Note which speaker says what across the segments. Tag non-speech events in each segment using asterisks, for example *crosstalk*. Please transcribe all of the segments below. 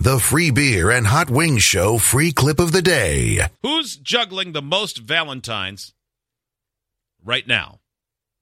Speaker 1: The Free Beer and Hot Wings Show free clip of the day.
Speaker 2: Who's juggling the most Valentines right now?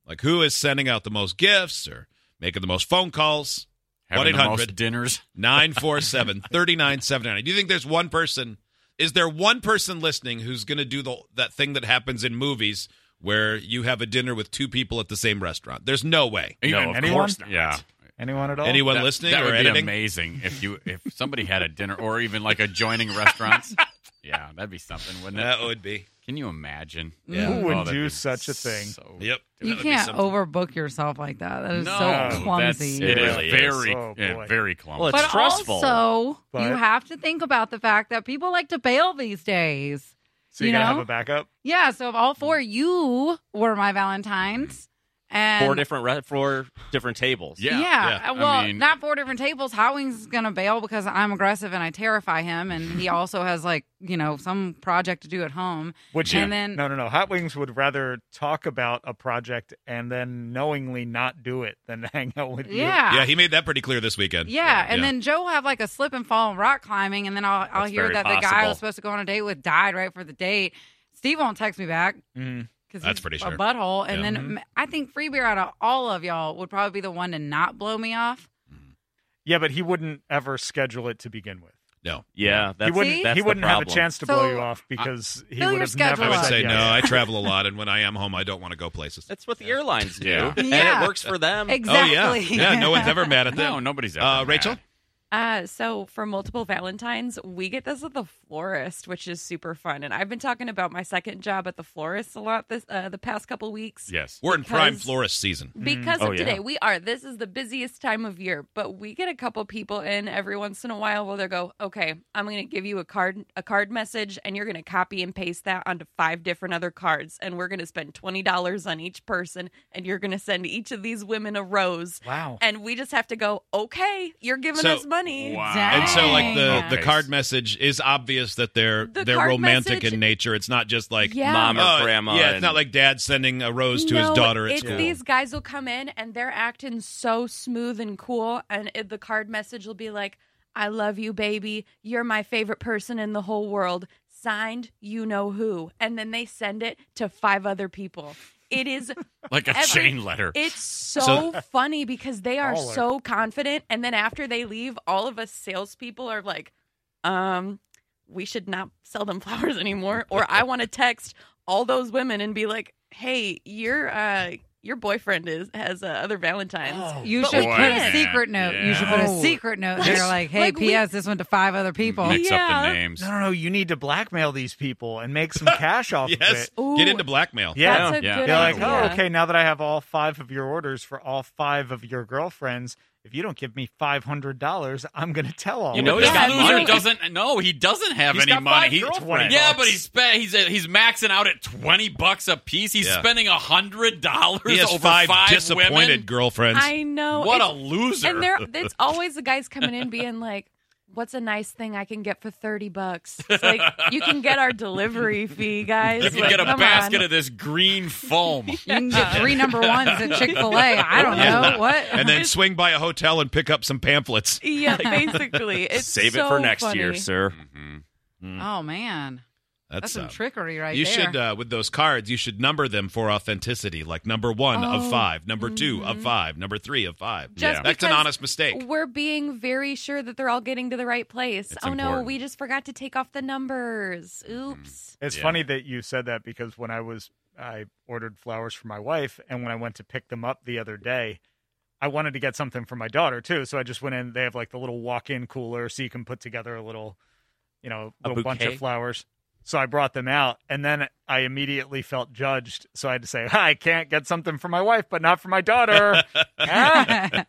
Speaker 2: Like who is sending out the most gifts or making the most phone calls?
Speaker 3: Having the most dinners. *laughs*
Speaker 2: 947 3979. Do you think there's one person? Is there one person listening who's going to do the, that thing that happens in movies where you have a dinner with two people at the same restaurant? There's no way.
Speaker 4: Even
Speaker 3: of
Speaker 4: anyone?
Speaker 3: course not. Yeah.
Speaker 4: Anyone at all?
Speaker 2: Anyone
Speaker 3: That-
Speaker 2: listening
Speaker 3: that
Speaker 2: or
Speaker 3: would be
Speaker 2: editing?
Speaker 3: amazing if you if somebody had a dinner or even like adjoining restaurants. Yeah, that'd be something, wouldn't it?
Speaker 2: That would be.
Speaker 3: Can you imagine? Oh,
Speaker 2: Yeah.
Speaker 4: Who would
Speaker 3: that'd
Speaker 4: do
Speaker 3: be
Speaker 4: such a thing?
Speaker 3: so-
Speaker 2: Yep.
Speaker 5: You
Speaker 2: That would be
Speaker 5: can't
Speaker 2: something.
Speaker 5: overbook yourself like that. That is
Speaker 3: no,
Speaker 5: so
Speaker 3: that's-
Speaker 5: clumsy.
Speaker 3: It
Speaker 4: Yeah.
Speaker 3: is
Speaker 4: Really
Speaker 3: very,
Speaker 4: is. Oh,
Speaker 3: yeah,
Speaker 4: boy.
Speaker 3: very clumsy.
Speaker 4: Well,
Speaker 5: but
Speaker 4: it's stressful.
Speaker 5: also, you
Speaker 4: But-
Speaker 5: have to think about the fact that people like to bail these days.
Speaker 4: So you,
Speaker 5: You
Speaker 4: gotta
Speaker 5: know?
Speaker 4: have a backup.
Speaker 5: Yeah, so if all four of you were my Valentines, and
Speaker 6: four different re- four different tables.
Speaker 3: yeah,
Speaker 2: yeah.
Speaker 5: yeah, uh,
Speaker 3: I
Speaker 5: well,
Speaker 3: mean-
Speaker 5: not four different tables. Howing's gonna bail because I'm aggressive and I terrify him, and he also has like you know some project to do at home.
Speaker 4: Which
Speaker 5: And then-
Speaker 4: no, no, no. Hot Wings would rather talk about a project and then knowingly not do it than *laughs* hang out with you.
Speaker 5: Yeah,
Speaker 2: Yeah, he made that pretty clear this weekend.
Speaker 5: Yeah, and then Joe will have like a slip and fall and rock climbing, and then I'll, I'll
Speaker 6: That's
Speaker 5: hear
Speaker 6: very
Speaker 5: that the guy I
Speaker 6: possible.
Speaker 5: was supposed to go on a date with died right for the date. Steve won't text me back
Speaker 4: Mhm.
Speaker 5: because
Speaker 2: That's pretty sure.
Speaker 5: a butthole. And
Speaker 2: Yeah.
Speaker 5: then m- I think free beer out of all of y'all would probably be the one to not blow me off.
Speaker 4: Yeah, but he wouldn't ever schedule it to begin with.
Speaker 2: No.
Speaker 6: yeah. That's,
Speaker 4: he wouldn't.
Speaker 6: That's
Speaker 4: he
Speaker 6: the
Speaker 4: wouldn't have a
Speaker 6: problem.
Speaker 4: chance to
Speaker 5: So,
Speaker 4: blow you off because he
Speaker 5: fill
Speaker 4: would
Speaker 5: your
Speaker 4: have
Speaker 5: schedule
Speaker 4: never.
Speaker 2: I would
Speaker 5: Well,
Speaker 2: say
Speaker 4: said
Speaker 2: no.
Speaker 7: *laughs*
Speaker 4: yes.
Speaker 2: I travel a lot, and when I am home, I don't want to go places.
Speaker 6: That's what the airlines do,
Speaker 3: Yeah.
Speaker 6: and
Speaker 5: Yeah.
Speaker 6: it *laughs* works for them.
Speaker 5: Exactly.
Speaker 2: Oh yeah, yeah.
Speaker 7: *laughs*
Speaker 2: No one's ever mad at that.
Speaker 3: no, nobody's ever
Speaker 2: Uh,
Speaker 3: mad.
Speaker 2: Rachel,
Speaker 7: Uh, so for multiple Valentines, we get this at the florist, which is super fun. And I've been talking about my second job at the florist a lot this uh, the past couple weeks.
Speaker 3: Yes.
Speaker 2: we're in prime
Speaker 7: Because-
Speaker 2: florist season.
Speaker 7: Because
Speaker 6: Oh,
Speaker 7: of
Speaker 6: yeah.
Speaker 7: today, we are. This is the busiest time of year, but we get a couple people in every once in a while where they go, "Okay, I'm going to give you a card, a card message, and you're going to copy and paste that onto five different other cards, and we're going to spend twenty dollars on each person, and you're going to send each of these women a rose,
Speaker 4: Wow.
Speaker 7: and we just have to go, okay, you're giving
Speaker 2: So-
Speaker 7: us money,
Speaker 2: And so, like the
Speaker 5: Dang.
Speaker 2: the
Speaker 3: Okay.
Speaker 2: card message is obvious that they're
Speaker 7: The
Speaker 2: they're
Speaker 7: card
Speaker 2: romantic
Speaker 7: message-
Speaker 2: in nature. It's not just like
Speaker 7: Yeah.
Speaker 6: Mom or
Speaker 2: oh,
Speaker 6: grandma.
Speaker 2: Yeah, it's
Speaker 6: and-
Speaker 2: not like dad sending a rose to his
Speaker 7: No,
Speaker 2: daughter at
Speaker 7: it's
Speaker 2: school.
Speaker 5: *laughs*
Speaker 7: these guys will come in and they're acting so smooth and cool, and it, the card message will be like, "I love you, baby. You're my favorite person in the whole world." Signed, you know who, and then they send it to five other people. It is
Speaker 3: like a
Speaker 7: every-
Speaker 3: chain letter. *laughs*
Speaker 7: It's so,
Speaker 2: So-
Speaker 7: funny because they are
Speaker 4: All are.
Speaker 7: so confident, and then after they leave, all of us salespeople are like, um, we should not sell them *laughs* flowers anymore. Or I want to text all those women and be like, hey, your uh, your boyfriend is has uh, other Valentines.
Speaker 5: You
Speaker 7: But
Speaker 5: should
Speaker 7: we
Speaker 5: put a
Speaker 7: can't.
Speaker 5: secret note. You should put a
Speaker 4: No.
Speaker 5: secret note in
Speaker 7: Like-
Speaker 5: there like, hey,
Speaker 7: like we-
Speaker 5: P.S., this went to five other people.
Speaker 3: Mix up
Speaker 7: Yeah.
Speaker 3: the names.
Speaker 4: No, no, no. You need to blackmail these people and make some cash off of
Speaker 2: yes,
Speaker 4: it.
Speaker 7: Ooh.
Speaker 2: get into blackmail.
Speaker 4: Yeah.
Speaker 7: That's a
Speaker 3: Yeah.
Speaker 7: good
Speaker 4: You're like,
Speaker 7: idea.
Speaker 4: oh, okay. Now that I have all five of your orders for all five of your girlfriends, if you don't give me five hundred dollars, I'm gonna tell all.
Speaker 6: You
Speaker 4: of
Speaker 6: know,
Speaker 4: them."
Speaker 3: This
Speaker 6: Yeah,
Speaker 3: loser
Speaker 6: you-
Speaker 3: doesn't. No, he doesn't have
Speaker 2: He's
Speaker 3: any
Speaker 2: got
Speaker 3: money.
Speaker 2: five
Speaker 3: He-
Speaker 2: girlfriends.
Speaker 3: yeah, but he's spe- he's uh, he's maxing out at twenty bucks a piece. He's
Speaker 2: Yeah.
Speaker 3: spending a hundred dollars
Speaker 2: He has
Speaker 3: over
Speaker 2: five, disappointed
Speaker 3: women.
Speaker 2: girlfriends.
Speaker 7: I know.
Speaker 3: What a
Speaker 7: it's-
Speaker 3: loser!
Speaker 7: And there, it's always the guys coming in being like, "What's a nice thing I can get for thirty bucks?" It's like you can get our delivery fee, guys.
Speaker 3: you can
Speaker 7: Like,
Speaker 3: get a
Speaker 7: come
Speaker 3: basket
Speaker 7: on.
Speaker 3: of this green foam.
Speaker 5: You can get three number ones at Chick fil A. I don't
Speaker 2: Yeah.
Speaker 5: know. What?
Speaker 7: *laughs*
Speaker 2: and then swing by a hotel and pick up some pamphlets.
Speaker 7: Yeah, basically. It's
Speaker 6: Save it
Speaker 7: so
Speaker 6: for next year,
Speaker 7: funny.
Speaker 6: sir.
Speaker 5: oh, man.
Speaker 2: That's,
Speaker 5: That's some
Speaker 2: uh,
Speaker 5: trickery right
Speaker 2: you
Speaker 5: there.
Speaker 2: should uh, with those cards. You should number them for authenticity. Like number one of
Speaker 7: Oh,
Speaker 2: five, number two
Speaker 5: Mm-hmm.
Speaker 2: of five, number three of five.
Speaker 7: Just
Speaker 3: Yeah.
Speaker 2: That's an
Speaker 7: because
Speaker 2: honest mistake.
Speaker 7: We're being very sure that they're all getting to the right place.
Speaker 3: It's
Speaker 7: oh no,
Speaker 3: important.
Speaker 7: we just forgot to take off the numbers. Oops.
Speaker 4: It's
Speaker 3: Yeah.
Speaker 4: funny that you said that because when I was I ordered flowers for my wife and when I went to pick them up the other day, I wanted to get something for my daughter too. So I just went in, they have like the little walk-in cooler so you can put together a little, you know,
Speaker 6: A
Speaker 4: little bunch of
Speaker 6: bouquet?
Speaker 4: flowers. So I brought them out and then I immediately felt judged. So I had to say, I can't get something for my wife, but not for
Speaker 6: *laughs*
Speaker 4: my daughter. Ah,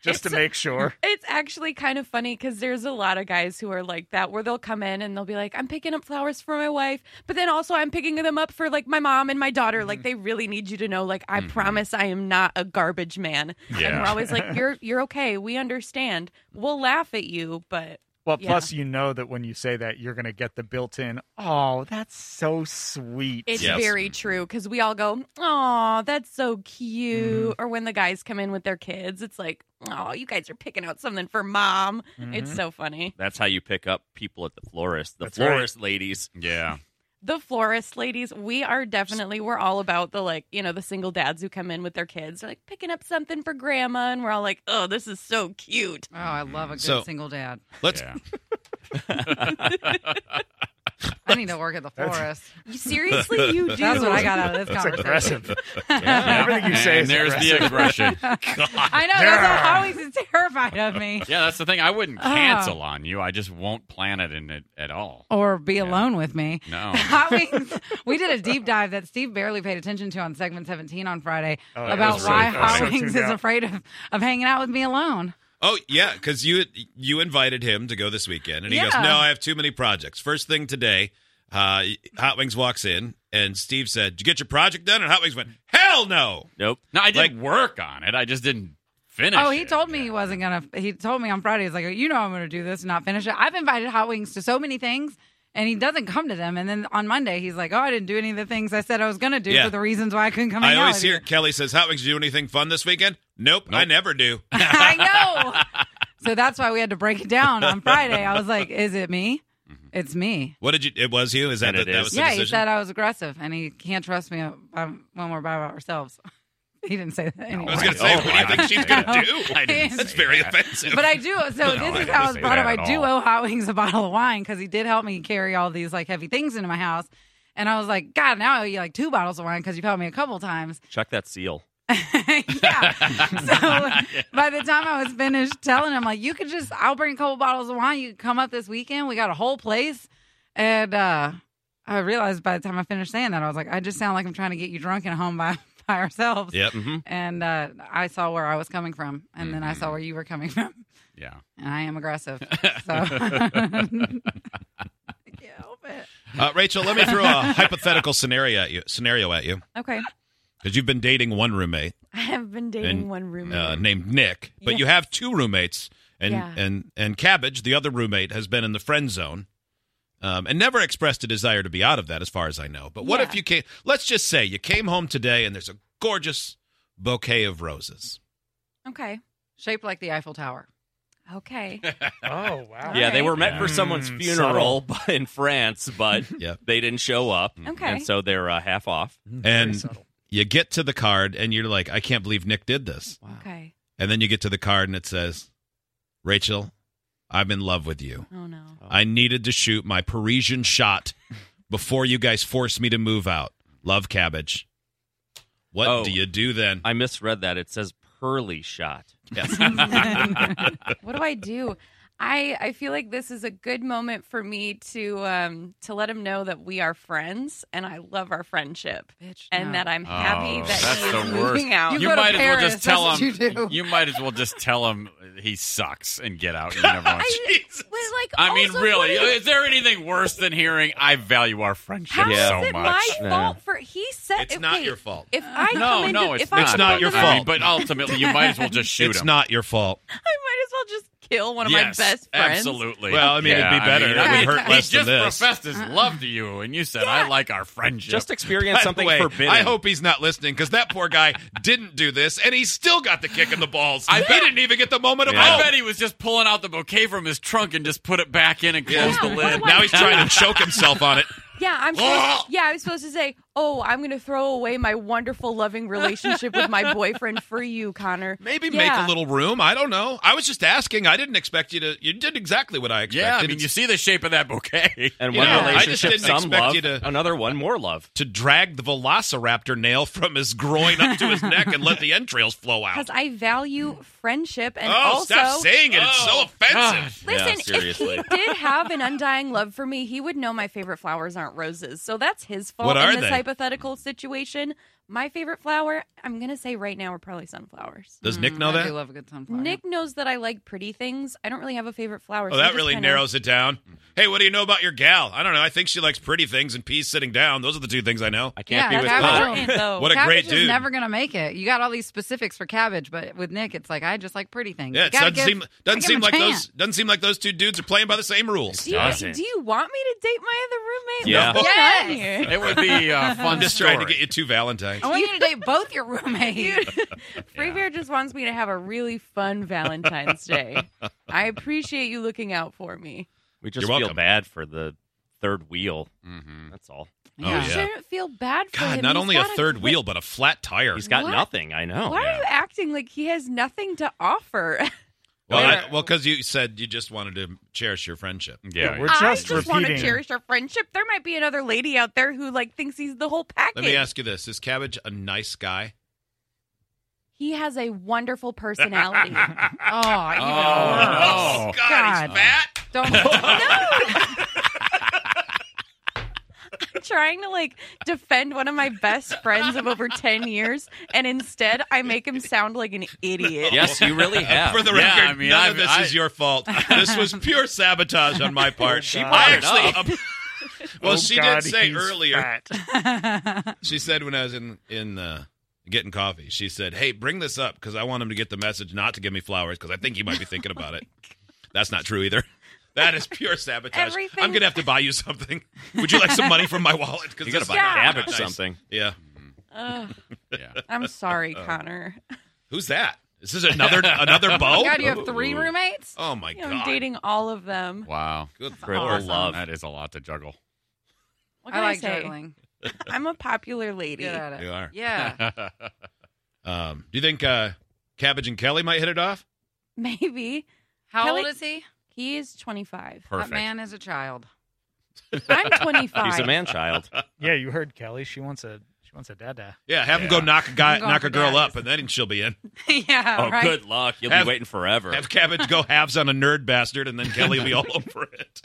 Speaker 4: just to
Speaker 7: It's-
Speaker 4: make sure.
Speaker 7: It's actually kind of funny because there's a lot of guys who are like that, where they'll come in and they'll be like, I'm picking up flowers for my wife, but then also I'm picking them up for like my mom and my daughter. Like they really need you to know, like, I promise I am not a garbage man. And we're
Speaker 3: Yeah.
Speaker 7: always like, You're you're okay, we understand. We'll laugh at you, but
Speaker 4: Well,
Speaker 7: Yeah.
Speaker 4: plus you know that when you say that, you're going to get the built-in, oh, that's so sweet.
Speaker 7: It's
Speaker 2: Yes.
Speaker 7: very true because we all go, "Oh, that's so cute." Or when the guys come in with their kids, it's like, "Oh, you guys are picking out something for mom." It's so funny.
Speaker 6: That's how you pick up people at the florist. The
Speaker 4: That's right.
Speaker 6: florist ladies.
Speaker 3: Yeah.
Speaker 7: The florist ladies, we are definitely we're all about the like, you know, the single dads who come in with their kids. They're like picking up something for grandma, and we're all like, "Oh, this is so cute."
Speaker 5: oh, I love a good
Speaker 2: So-
Speaker 5: single dad.
Speaker 2: Let's
Speaker 3: *laughs* yeah.
Speaker 5: I need to work at the
Speaker 4: That's-
Speaker 5: florist.
Speaker 7: You- Seriously, you do.
Speaker 5: That's what I got out of this
Speaker 4: That's
Speaker 5: conversation.
Speaker 4: *laughs* aggressive.
Speaker 3: Yeah.
Speaker 4: Everything you
Speaker 3: and
Speaker 4: say is
Speaker 3: there's the aggression. *laughs*
Speaker 5: I know that's what Howie's is terrified of me.
Speaker 3: Yeah, that's the thing. I wouldn't cancel on you. I just won't plan it in it at all.
Speaker 5: Or be alone with me. *laughs*
Speaker 3: No.
Speaker 5: Hot wings. We did a deep dive that Steve barely paid attention to on segment 17 on Friday
Speaker 4: Oh, yeah,
Speaker 5: about
Speaker 4: that was
Speaker 5: why
Speaker 4: really-
Speaker 5: Hot
Speaker 4: that was so
Speaker 5: Wings
Speaker 4: tuned
Speaker 5: is
Speaker 4: out.
Speaker 5: afraid of, of hanging out with me alone.
Speaker 2: Oh yeah, because you you invited him to go this weekend, and he goes,
Speaker 5: Yeah.
Speaker 2: "No, I have too many projects." First thing today, uh, Hot Wings walks in, and Steve said, "Did you get your project done?" And Hot Wings went, "Hell no!"
Speaker 6: Nope.
Speaker 3: No, I did
Speaker 2: Like-
Speaker 3: work on it. I just didn't finish.
Speaker 5: Oh, he
Speaker 3: it.
Speaker 5: told me
Speaker 3: Yeah.
Speaker 5: he wasn't going to. He told me on Friday, he's like, you know, I'm going to do this and not finish it. I've invited Hot Wings to so many things. And he doesn't come to them. And then on Monday, he's like, "Oh, I didn't do any of the things I said I was going to do
Speaker 2: Yeah.
Speaker 5: for the reasons why I couldn't come
Speaker 2: I
Speaker 5: hang out
Speaker 2: always
Speaker 5: with
Speaker 2: hear
Speaker 5: you."
Speaker 2: Kelly says, "Hot Wings, did you do anything fun this weekend?" Nope, I never do.
Speaker 5: *laughs* I know. So that's why we had to break it down on Friday. I was like, "Is it me? It's me."
Speaker 2: what did you? It was you. Is that
Speaker 6: And
Speaker 2: the,
Speaker 6: it
Speaker 2: that
Speaker 6: is.
Speaker 2: was the
Speaker 5: Yeah, he
Speaker 2: decision?
Speaker 5: said I was aggressive, and he can't trust me um, when we're by ourselves. *laughs* he didn't say that anyway.
Speaker 2: I was going to say,
Speaker 3: Oh,
Speaker 2: what do you
Speaker 3: I
Speaker 2: think
Speaker 3: didn't
Speaker 2: she's
Speaker 3: say
Speaker 5: *laughs*
Speaker 2: going to
Speaker 3: that.
Speaker 2: do?
Speaker 3: I didn't
Speaker 2: That's
Speaker 3: say
Speaker 2: very
Speaker 3: that.
Speaker 2: offensive.
Speaker 5: but I do. So
Speaker 3: I
Speaker 5: this is
Speaker 3: didn't
Speaker 5: how I was
Speaker 3: say
Speaker 5: brought up.
Speaker 3: that
Speaker 5: I
Speaker 3: at
Speaker 5: do
Speaker 3: all.
Speaker 5: owe Hot Wings a bottle of wine because he did help me carry all these like heavy things into my house. And I was like, God, now I owe you like two bottles of wine because you've helped me a couple times.
Speaker 6: Check that seal.
Speaker 5: *laughs* yeah. So by the time I was finished telling him, like, you could just, I'll bring a couple bottles of wine. You could come up this weekend. We got a whole place. And uh, I realized by the time I finished saying that, I was like, I just sound like I'm trying to get you drunk and home by, *laughs* by ourselves.
Speaker 2: Yep.
Speaker 6: Mm-hmm.
Speaker 5: And uh, I saw where I was coming from. And then I saw where you were coming from.
Speaker 3: Yeah.
Speaker 5: And I am aggressive. So *laughs* I can't help it.
Speaker 2: Uh, Rachel, let me throw a *laughs* hypothetical scenario at you. Scenario at you
Speaker 7: Okay,
Speaker 2: because you've been dating one roommate.
Speaker 7: I have been dating
Speaker 2: And,
Speaker 7: one roommate.
Speaker 2: uh, named Nick, but you have two roommates, and
Speaker 7: Yeah.
Speaker 2: and and Cabbage, the other roommate, has been in the friend zone, um, and never expressed a desire to be out of that, as far as I know. But what if
Speaker 7: Yeah.
Speaker 2: you came? Let's just say you came home today, and there's a gorgeous bouquet of roses.
Speaker 7: okay,
Speaker 5: Shaped like the Eiffel Tower.
Speaker 7: okay.
Speaker 4: Oh wow.
Speaker 7: All
Speaker 6: Yeah, they
Speaker 7: right.
Speaker 6: were meant
Speaker 3: Yeah.
Speaker 6: for someone's
Speaker 4: Mm,
Speaker 6: funeral but *laughs* in France,
Speaker 3: *laughs*
Speaker 6: but
Speaker 2: Yeah.
Speaker 6: they didn't show up.
Speaker 7: Mm. Okay.
Speaker 6: And so they're uh, half off.
Speaker 3: Mm-hmm.
Speaker 2: And you get to the card, and you're like, I can't believe Nick did this.
Speaker 7: Okay.
Speaker 2: And then you get to the card, and it says, Rachel, I'm in love with you.
Speaker 7: Oh no.
Speaker 2: I needed to shoot my Parisian shot before you guys forced me to move out. Love cabbage. What
Speaker 6: Oh.
Speaker 2: do you do then?
Speaker 6: I misread that. It says pearly shot.
Speaker 7: *laughs*
Speaker 2: Yes.
Speaker 7: what do I do? I I feel like this is a good moment for me to um to let him know that we are friends and I love our friendship
Speaker 5: Bitch.
Speaker 7: and
Speaker 5: no.
Speaker 7: that I'm happy
Speaker 3: Oh,
Speaker 7: that
Speaker 3: that's
Speaker 7: he is
Speaker 3: the worst. *laughs*
Speaker 7: moving out.
Speaker 5: You
Speaker 3: You
Speaker 5: go to
Speaker 3: might as well
Speaker 5: Paris,
Speaker 3: just tell
Speaker 5: that's
Speaker 3: him.
Speaker 5: what
Speaker 3: *laughs*
Speaker 5: you do.
Speaker 3: might as well just tell him he sucks and get out. You never
Speaker 7: *laughs*
Speaker 3: want to-
Speaker 7: Well, like,
Speaker 3: I mean,
Speaker 7: also,
Speaker 3: really,
Speaker 7: what is-
Speaker 3: is there anything worse than hearing I value our friendship
Speaker 7: How is
Speaker 3: so
Speaker 7: it
Speaker 3: much?
Speaker 7: my
Speaker 6: Yeah.
Speaker 7: fault for he said
Speaker 2: It's not
Speaker 7: okay,
Speaker 2: your fault.
Speaker 7: If I come
Speaker 3: no,
Speaker 7: into,
Speaker 3: no, it's
Speaker 7: if
Speaker 3: not.
Speaker 7: I
Speaker 2: It's
Speaker 7: come
Speaker 2: not your
Speaker 7: into-
Speaker 3: I mean,
Speaker 2: fault.
Speaker 3: but ultimately, you might as
Speaker 6: *laughs*
Speaker 3: well just shoot
Speaker 2: it's
Speaker 3: him.
Speaker 2: not your fault.
Speaker 7: I might as well just kill one of
Speaker 3: yes,
Speaker 7: my best friends.
Speaker 3: Absolutely.
Speaker 2: Well, I mean, it'd be better. That would hurt
Speaker 3: he
Speaker 2: less than
Speaker 3: just
Speaker 2: this.
Speaker 3: professed his love to you, and you said, "I like our friendship."
Speaker 6: Just
Speaker 2: By
Speaker 6: experience
Speaker 2: the
Speaker 6: something
Speaker 2: way,
Speaker 6: forbidden.
Speaker 2: I hope he's not listening because that poor guy *laughs* didn't do this and he still got the kick in the balls.
Speaker 3: I
Speaker 2: he
Speaker 3: bet-
Speaker 2: didn't even get the moment of
Speaker 3: I
Speaker 2: hope.
Speaker 3: bet he was just pulling out the bouquet from his trunk and just put it back in and closed
Speaker 7: Yeah,
Speaker 3: the
Speaker 7: what
Speaker 3: lid.
Speaker 7: do I-
Speaker 2: Now he's trying to choke himself on it.
Speaker 7: Yeah, I'm.
Speaker 2: Ah!
Speaker 7: Supposed, yeah, I was supposed to say, "Oh, I'm going to throw away my wonderful, loving relationship
Speaker 2: *laughs*
Speaker 7: with my boyfriend for you, Connor."
Speaker 2: *laughs* Maybe make a
Speaker 7: Yeah.
Speaker 2: little room. I don't know. I was just asking. I didn't expect you to. You did exactly what I expected.
Speaker 3: Yeah, I mean, you
Speaker 2: It's-
Speaker 3: see the shape of that bouquet.
Speaker 6: And
Speaker 2: *laughs* You
Speaker 6: one
Speaker 2: know, I just
Speaker 6: relationship,
Speaker 2: didn't
Speaker 6: some
Speaker 2: expect
Speaker 6: love,
Speaker 2: you to-
Speaker 6: another one, more love.
Speaker 2: to drag the velociraptor nail from his groin up to his neck and let the entrails flow out.
Speaker 7: Because I value friendship and
Speaker 2: oh,
Speaker 7: also.
Speaker 2: stop saying it. It's so
Speaker 3: Oh,
Speaker 2: offensive.
Speaker 7: Listen,
Speaker 6: yeah,
Speaker 7: if he
Speaker 6: seriously.
Speaker 7: did have an undying love for me, he would know my favorite flowers aren't roses. So that's his fault
Speaker 2: What are
Speaker 7: in this
Speaker 2: they?
Speaker 7: hypothetical situation. My favorite flower, I'm going to say right now, are probably sunflowers.
Speaker 2: Does Nick
Speaker 5: Mm,
Speaker 2: know
Speaker 5: I
Speaker 2: that?
Speaker 5: do love a good sunflower.
Speaker 7: Nick knows that I like pretty things. I don't really have a favorite flower.
Speaker 2: Oh, that really narrows it down. Hey, what do you know about your gal? I don't know. I think she likes pretty things and peas sitting down. Those are the two things I know.
Speaker 6: I can't
Speaker 5: Yeah,
Speaker 6: be with
Speaker 5: that's
Speaker 6: Connor.
Speaker 5: how-
Speaker 7: Important, though.
Speaker 2: What a
Speaker 5: cabbage
Speaker 2: great
Speaker 5: is
Speaker 2: dude.
Speaker 5: never gonna make it. You got all these specifics for cabbage, but with Nick, it's like I just like pretty things.
Speaker 2: Yeah,
Speaker 5: You
Speaker 2: it
Speaker 5: gotta
Speaker 2: doesn't
Speaker 5: give-
Speaker 2: seem
Speaker 5: gotta
Speaker 2: doesn't
Speaker 5: give
Speaker 2: seem
Speaker 5: him a
Speaker 2: like
Speaker 5: chance.
Speaker 2: those doesn't seem like those two dudes are playing by the same rules.
Speaker 7: do you,
Speaker 3: Doesn't.
Speaker 7: do you want me to date my other roommate?
Speaker 6: Yeah.
Speaker 7: What's going
Speaker 5: Yes.
Speaker 7: on here?
Speaker 3: It would be a fun
Speaker 2: I'm just
Speaker 3: story.
Speaker 2: trying to get you two Valentines.
Speaker 5: I want you to
Speaker 7: *laughs*
Speaker 5: date both
Speaker 2: *laughs*
Speaker 5: your roommates.
Speaker 7: Free Bear just wants me to have a really fun Valentine's Day. I appreciate you looking out for me.
Speaker 6: We just
Speaker 2: You're
Speaker 6: feel
Speaker 2: welcome.
Speaker 6: bad for the third wheel.
Speaker 3: Mhm.
Speaker 6: That's all.
Speaker 2: Oh,
Speaker 7: You
Speaker 2: yeah.
Speaker 7: shouldn't feel bad for
Speaker 2: God,
Speaker 7: him.
Speaker 2: not
Speaker 7: He's
Speaker 2: only a
Speaker 7: got
Speaker 2: third
Speaker 7: great-
Speaker 2: wheel, but a flat tire.
Speaker 6: He's got
Speaker 7: What?
Speaker 6: nothing. I know.
Speaker 4: Oh,
Speaker 7: Why
Speaker 6: Yeah.
Speaker 7: are you acting like he has nothing to
Speaker 4: *laughs*
Speaker 7: offer?
Speaker 2: Well,
Speaker 7: Yeah.
Speaker 2: I, well, because you said you just wanted to cherish your friendship.
Speaker 3: Yeah,
Speaker 4: We're
Speaker 3: yeah.
Speaker 7: I
Speaker 4: just
Speaker 7: just want to
Speaker 4: repeating.
Speaker 7: cherish our friendship. There might be another lady out there who like thinks he's the whole package.
Speaker 2: Let me ask you this: Is Cabbage a nice guy?
Speaker 7: He has a wonderful
Speaker 4: *laughs*
Speaker 7: personality.
Speaker 2: *laughs*
Speaker 5: oh, even
Speaker 3: Oh,
Speaker 5: worse.
Speaker 3: no.
Speaker 5: God,
Speaker 2: he's fat. *laughs*
Speaker 7: *laughs*
Speaker 5: don't.
Speaker 7: trying to like defend one of my best friends of over 10 years and instead I make him sound like an
Speaker 6: *laughs*
Speaker 7: idiot.
Speaker 6: Yes, you really have.
Speaker 2: For the
Speaker 3: Yeah,
Speaker 2: record,
Speaker 3: I mean,
Speaker 2: none
Speaker 3: I've-
Speaker 2: of this
Speaker 3: I-
Speaker 2: is your
Speaker 3: *laughs*
Speaker 2: fault. This was pure sabotage on my part.
Speaker 4: She
Speaker 2: I
Speaker 4: brought
Speaker 6: it
Speaker 2: actually.
Speaker 6: up.
Speaker 2: *laughs* well,
Speaker 4: Oh,
Speaker 2: she
Speaker 4: God,
Speaker 2: did say
Speaker 4: he's
Speaker 2: earlier.
Speaker 4: fat. *laughs*
Speaker 2: She said when I was in in uh, getting coffee, she said, "Hey, bring this up because I want him to get the message not to give me flowers because I think he might be thinking about it." That's not true either. That is pure sabotage.
Speaker 7: Everything-
Speaker 2: I'm gonna have to buy you something. Would you like some money from my wallet? Because
Speaker 6: You got to buy
Speaker 7: Yeah.
Speaker 6: cabbage something.
Speaker 2: Yeah.
Speaker 7: Ugh,
Speaker 3: Yeah.
Speaker 7: I'm sorry,
Speaker 2: Oh,
Speaker 7: Connor.
Speaker 2: Who's that? Is this *laughs* another another bow?
Speaker 5: Oh
Speaker 3: Oh,
Speaker 5: God, you have three roommates.
Speaker 2: Oh my
Speaker 7: I'm
Speaker 2: god!
Speaker 7: dating all of them.
Speaker 3: Wow.
Speaker 2: Good
Speaker 6: For
Speaker 2: lord.
Speaker 6: the love.
Speaker 3: That is a lot to juggle.
Speaker 7: What
Speaker 5: I
Speaker 7: can I,
Speaker 5: like
Speaker 7: say?
Speaker 5: juggling.
Speaker 7: I'm a popular lady.
Speaker 5: Good at it.
Speaker 2: You are.
Speaker 5: Yeah.
Speaker 2: *laughs* Um, do you think uh, Cabbage and Kelly might hit it off?
Speaker 7: *laughs* Maybe.
Speaker 5: How
Speaker 7: Kelly-
Speaker 5: old is he?
Speaker 7: He is 25.
Speaker 3: Perfect.
Speaker 5: That man is a child.
Speaker 7: I'm 25.
Speaker 6: He's a man child.
Speaker 4: Yeah, you heard Kelly. She wants a she wants a dada.
Speaker 2: Yeah, have him go
Speaker 3: Yeah.
Speaker 2: knock a guy,
Speaker 5: I'm going
Speaker 2: knock
Speaker 5: for
Speaker 2: a girl
Speaker 5: daddies.
Speaker 2: up, and then she'll be in.
Speaker 5: *laughs* yeah.
Speaker 6: Oh,
Speaker 5: right.
Speaker 6: good luck. You'll
Speaker 2: Have-
Speaker 6: be waiting forever.
Speaker 2: Have Cabbage
Speaker 5: *laughs*
Speaker 2: go halves on a nerd bastard, and then Kelly *laughs* will be all over it.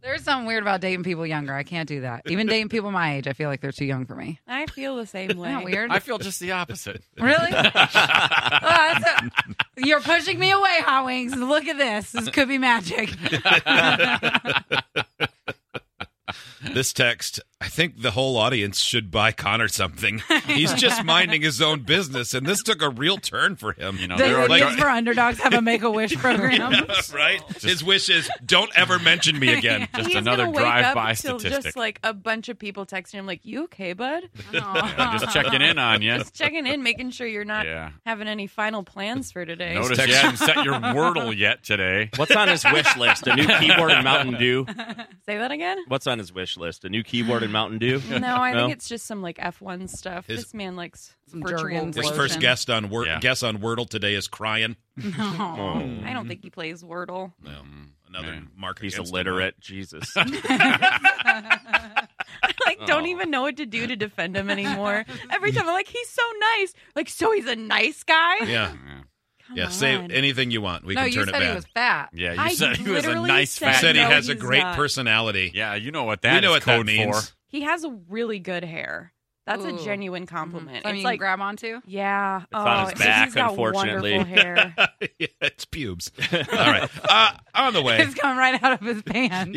Speaker 5: There's something weird about dating people younger. I can't do that. Even dating people my age, I feel like they're too young for me.
Speaker 7: I feel the same way.
Speaker 5: Isn't that
Speaker 7: *laughs*
Speaker 5: weird?
Speaker 3: I feel just
Speaker 6: *laughs*
Speaker 3: the opposite.
Speaker 5: *laughs*
Speaker 2: *laughs*
Speaker 5: Really? Oh, that's a- you're pushing me away, Hot Wings. Look at this. This could be magic.
Speaker 2: This text, I think the whole audience should buy Connor
Speaker 5: *laughs*
Speaker 2: something. He's just minding his own business, and this took a real turn for him.
Speaker 3: You know,
Speaker 5: Does
Speaker 3: there are
Speaker 5: the Kids
Speaker 2: like-
Speaker 5: for Underdogs have a Make a Wish program?
Speaker 2: *laughs* right? His wish is don't ever mention me
Speaker 5: *laughs*
Speaker 2: again.
Speaker 3: just
Speaker 7: He's
Speaker 3: another
Speaker 7: gonna wake
Speaker 3: drive-by
Speaker 7: up till
Speaker 3: statistic.
Speaker 7: Just like a bunch of people texting him, like, "You
Speaker 5: *laughs*
Speaker 7: okay, bud? *laughs*
Speaker 5: Aw.
Speaker 3: just checking in on you.
Speaker 7: Just checking in, making sure you're not
Speaker 3: Yeah.
Speaker 7: having any final plans for today."
Speaker 3: Notice
Speaker 2: Text-
Speaker 6: *laughs*
Speaker 3: you haven't set your wordle yet today.
Speaker 6: What's on his wish list? A new keyboard in Mountain Dew?
Speaker 7: *laughs* Say
Speaker 3: *laughs*
Speaker 7: that again.
Speaker 6: What's on his wish list? A new keyboard in Mountain Dew?
Speaker 7: No, I
Speaker 6: No?
Speaker 7: think it's just some like F1 stuff.
Speaker 2: His-
Speaker 7: this man likes
Speaker 5: Some
Speaker 7: virtual
Speaker 5: Jergens.
Speaker 2: His
Speaker 7: Wordle.
Speaker 2: first guest on Word,
Speaker 3: Yeah.
Speaker 2: guest on Wordle today is crying.
Speaker 5: No.
Speaker 7: I don't think he plays Wordle.
Speaker 2: No, Um, another
Speaker 3: Man.
Speaker 2: mark.
Speaker 6: Oh, He's
Speaker 2: against him.
Speaker 6: illiterate. Jesus.
Speaker 7: I *laughs* like don't
Speaker 6: Oh.
Speaker 7: even know what to do to defend him anymore. Every time I'm like, he's so nice. Like, so he's a nice guy.
Speaker 2: Yeah,
Speaker 3: *laughs* Yeah.
Speaker 7: Come
Speaker 2: yeah.
Speaker 7: on.
Speaker 2: Say anything you want. We
Speaker 5: No,
Speaker 2: can
Speaker 5: you
Speaker 2: turn
Speaker 5: said
Speaker 2: it
Speaker 5: he
Speaker 2: back.
Speaker 5: was fat.
Speaker 3: Yeah, you
Speaker 7: I
Speaker 3: said he was a
Speaker 7: literally
Speaker 3: nice
Speaker 7: said
Speaker 3: fat
Speaker 2: said he
Speaker 7: No,
Speaker 3: guy.
Speaker 2: has a
Speaker 7: he's
Speaker 2: great
Speaker 7: not.
Speaker 2: personality.
Speaker 3: Yeah, you know what that
Speaker 2: You know
Speaker 3: is
Speaker 2: what that
Speaker 3: code
Speaker 2: means.
Speaker 3: for.
Speaker 7: he has a really good hair. That's
Speaker 5: Ooh.
Speaker 7: a genuine compliment.
Speaker 5: Something
Speaker 7: It's
Speaker 5: you
Speaker 7: like,
Speaker 5: can grab onto.
Speaker 7: yeah, oh,
Speaker 6: on his
Speaker 7: it's-
Speaker 6: back,
Speaker 7: he's got
Speaker 6: unfortunately.
Speaker 7: wonderful hair.
Speaker 2: Yeah, *laughs* it's pubes. All right, uh, on the way.
Speaker 5: It's coming right out of his pants.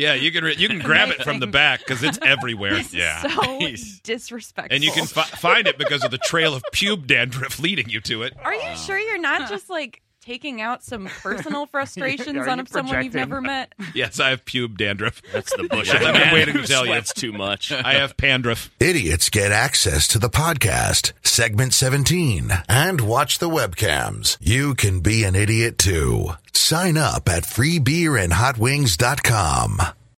Speaker 2: *laughs* Yeah, you can re- you can grab it from the back because it's everywhere.
Speaker 3: Yeah.
Speaker 7: so
Speaker 3: He's-
Speaker 7: disrespectful.
Speaker 2: and you can fi- find it because of the trail of pube dandruff leading you to it.
Speaker 7: Are you sure you're not just like taking out some personal frustrations
Speaker 4: Are
Speaker 7: on
Speaker 4: you
Speaker 7: someone you've
Speaker 4: projecting?
Speaker 7: never met?
Speaker 2: Yes, I have pube dandruff.
Speaker 6: That's
Speaker 2: *laughs*
Speaker 6: the bush.
Speaker 2: I've been
Speaker 3: *laughs*
Speaker 6: Man
Speaker 2: waiting to
Speaker 6: who
Speaker 2: tell you.
Speaker 6: sweats too much.
Speaker 2: I have pandruff.
Speaker 1: Idiots get access to the podcast, segment 17, and watch the webcams. You can be an idiot too. Sign up at freebeerandhotwings.com.